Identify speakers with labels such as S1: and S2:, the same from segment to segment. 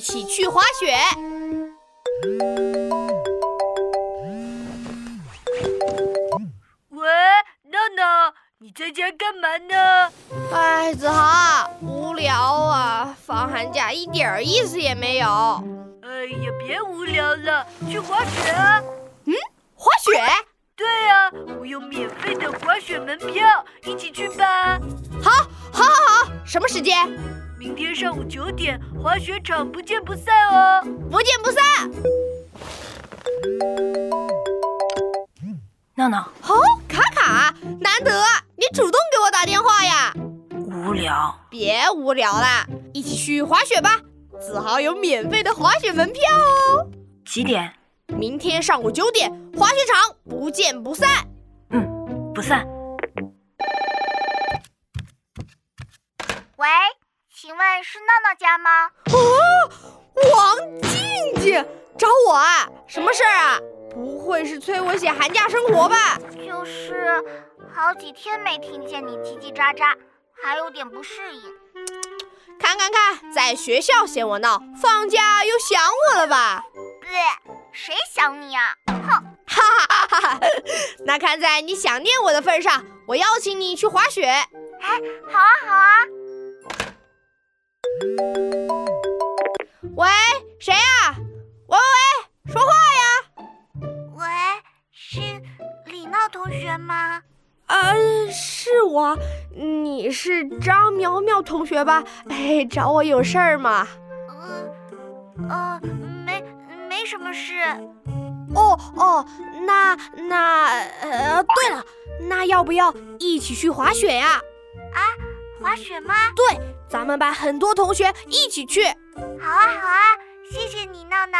S1: 起去滑雪。
S2: 喂，闹闹，你在家干嘛呢？
S1: 哎，子豪，无聊啊，放寒假一点儿意思也没有。
S2: 哎呀，别无聊了，去滑雪啊！
S1: 滑雪？
S2: 对啊，我有免费的滑雪门票，一起去吧。
S1: 好，好，好，什么时间？
S2: 明天上午九点，滑雪场不见不散哦。
S1: 不见不散。
S3: 闹闹，
S1: 哦，卡卡，难得你主动给我打电话呀！
S3: 无聊。
S1: 别无聊啦，一起去滑雪吧。子豪有免费的滑雪门票哦，
S3: 几点？
S1: 明天上午九点，滑雪场不见不散。
S3: 不散。
S4: 喂，请问是闹闹家吗？
S1: 王静静找我啊？什么事儿啊？不会是催我写寒假生活吧？
S4: 就是好几天没听见你叽叽喳喳，还有点不适应。
S1: 看看看，在学校嫌我闹，放假又想我了吧？
S4: 对，谁想你啊？
S1: 哈哈哈！那看在你想念我的份上，我邀请你去滑雪。
S4: 好啊，好啊，
S1: 喂，谁呀、喂喂喂，说话呀！
S4: 喂，是李闹同学吗？
S1: 呃，是我，你是张苗苗同学吧？哎，找我有事儿吗？
S4: 呃，呃，没，没什么事。
S1: 哦哦，那那呃，对了，那要不要一起去滑雪呀、
S4: 滑雪吗？
S1: 咱们班很多同学一起去。
S4: 好啊，好啊，谢谢你，闹闹。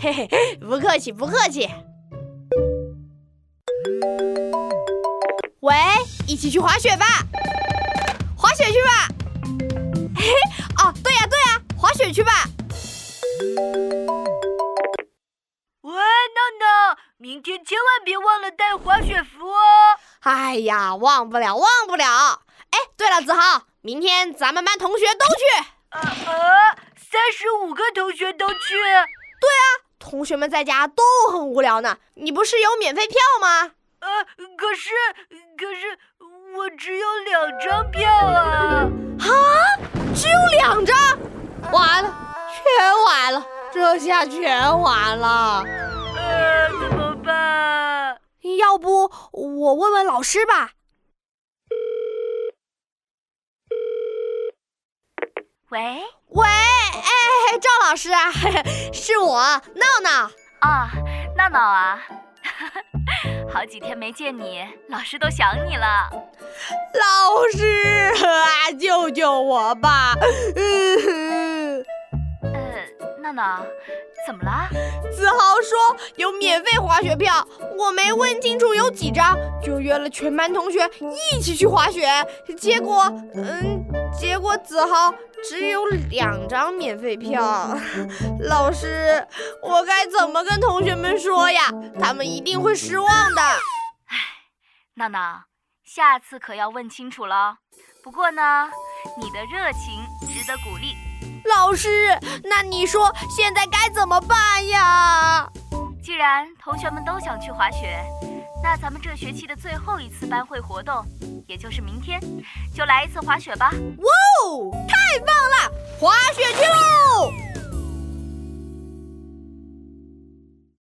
S1: 嘿嘿，不客气，不客气。喂，一起去滑雪吧，滑雪去吧。 嘿，哦，对呀、对呀、滑雪去吧。
S2: 喂，闹闹，明天千万别忘了带滑雪服哦。
S1: 哎呀，忘不了，忘不了。哎，对了，子豪，明天咱们班同学都去。
S2: 呃呃，三十五个同学都去。
S1: 同学们在家都很无聊呢，你不是有免费票吗？
S2: 呃，可是可是我只有两张票啊。
S1: 只有两张，完了，全完了，这下全完了。
S2: 呃，怎么办？
S1: 要不我问问老师吧？
S4: 喂，
S1: 喂，哎，赵老师啊， 是我闹闹。
S5: 啊，闹闹啊， 好几天没见你，老师都想你了。
S1: 老师啊，救救我吧！ 嗯，
S5: 呃，闹闹，怎么了？
S1: 子豪说有免费滑雪票，我没问清楚有几张，就约了全班同学一起去滑雪。结果，嗯，结果子豪只有两张免费票。 老师，我该怎么跟同学们说呀？他们一定会失望的。
S5: 闹闹，下次可要问清楚了。不过呢，你的热情值得鼓励。
S1: 老师，那你说现在该怎么办呀？
S5: 既然同学们都想去滑雪，那咱们这学期的最后一次班会活动，也就是明天，就来一次滑雪吧。
S1: 哦，太